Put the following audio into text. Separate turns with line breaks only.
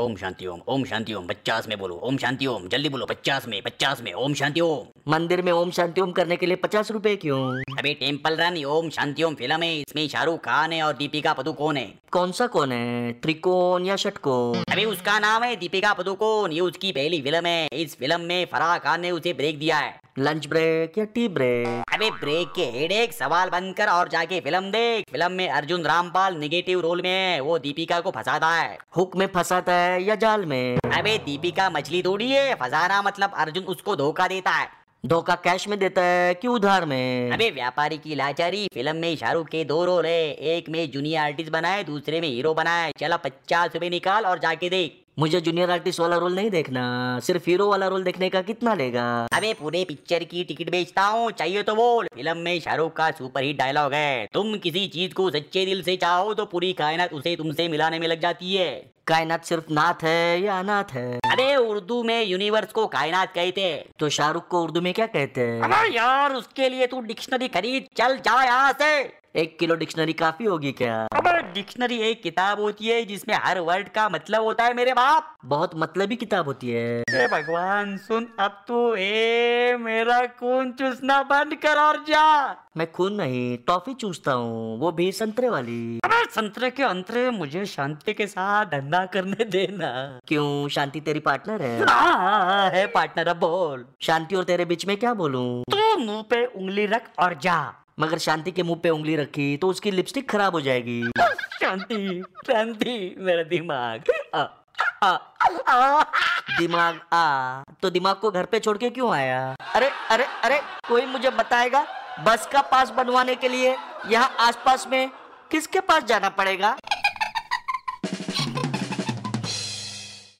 ओम शांति ओम ओम शांति ओम पचास में बोलो ओम शांति ओम जल्दी बोलो पचास में पचास में ओम शांति ओम
मंदिर में ओम शांति ओम करने के लिए पचास रुपए क्यों
अबे temple run Om Shanti Om film है इसमें शाहरुख खान है और दीपिका पदुकोण है
कौन सा कौन है त्रिकोण या षटकोण
अबे उसका नाम है दीपिका पदुकोण ये उसकी पहली फिल्म है इस फिल्म में फराह खान ने उसे ब्रेक दिया है
लंच ब्रेक या टी ब्रेक
अबे ब्रेक के हेडेक सवाल बंद कर और जाके फिल्म देख फिल्म में अर्जुन रामपाल निगेटिव रोल में है वो दीपिका को फंसाता है
हुक में फंसाता है या जाल में
अबे दीपिका मछली थोड़ी है फंसाना मतलब अर्जुन उसको धोखा देता है
धोखा कैश में देता है कि उधार में
अबे व्यापारी की लाचारी फिल्म में शाहरुख के दो रोल है एक में जूनियर आर्टिस्ट बनाए दूसरे में हीरो बनाए चला पचास रुपए निकाल और जाके देख
मुझे जूनियर आर्टिस्ट वाला रोल नहीं देखना सिर्फ हीरो वाला रोल देखने का कितना लेगा
अबे पूरे पिक्चर की टिकट बेचता हूँ चाहिए तो बोल फिल्म में शाहरुख का सुपरहिट डायलॉग है तुम किसी चीज को सच्चे दिल से चाहो तो पूरी कायनात उसे तुमसे मिलाने में लग जाती है
कायनात सिर्फ नाथ है या अनाथ है
अरे उर्दू में यूनिवर्स को कायनात कहते हैं
तो शाहरुख को उर्दू में क्या कहते हैं
अरे यार उसके लिए तू डिक्शनरी खरीद चल जा यहाँ से
एक किलो डिक्शनरी काफी होगी क्या
अबे डिक्शनरी एक किताब होती है जिसमें हर वर्ड का मतलब होता है मेरे बाप
बहुत मतलबी किताब होती है
हे भगवान सुन अब तू ए मेरा खून चूसना बंद कर और जा
मैं खून नहीं टॉफी चूसता हूँ वो भी संतरे वाली
अबे संतरे के अंतरे मुझे शांति के साथ धंधा करने देना
क्यों शांति तेरी पार्टनर है
हाँ, है पार्टनर अब बोल
शांति और तेरे बीच में क्या बोलूं
तू मुंह पे उंगली रख और जा
मगर शांति के मुंह पे उंगली रखी तो उसकी लिपस्टिक खराब हो जाएगी
शांति शांति मेरा दिमाग आ, आ, आ,
दिमाग आ तो दिमाग को घर पे छोड़ के क्यों आया अरे अरे अरे कोई मुझे बताएगा बस का पास बनवाने के लिए यहाँ आसपास में किसके पास जाना पड़ेगा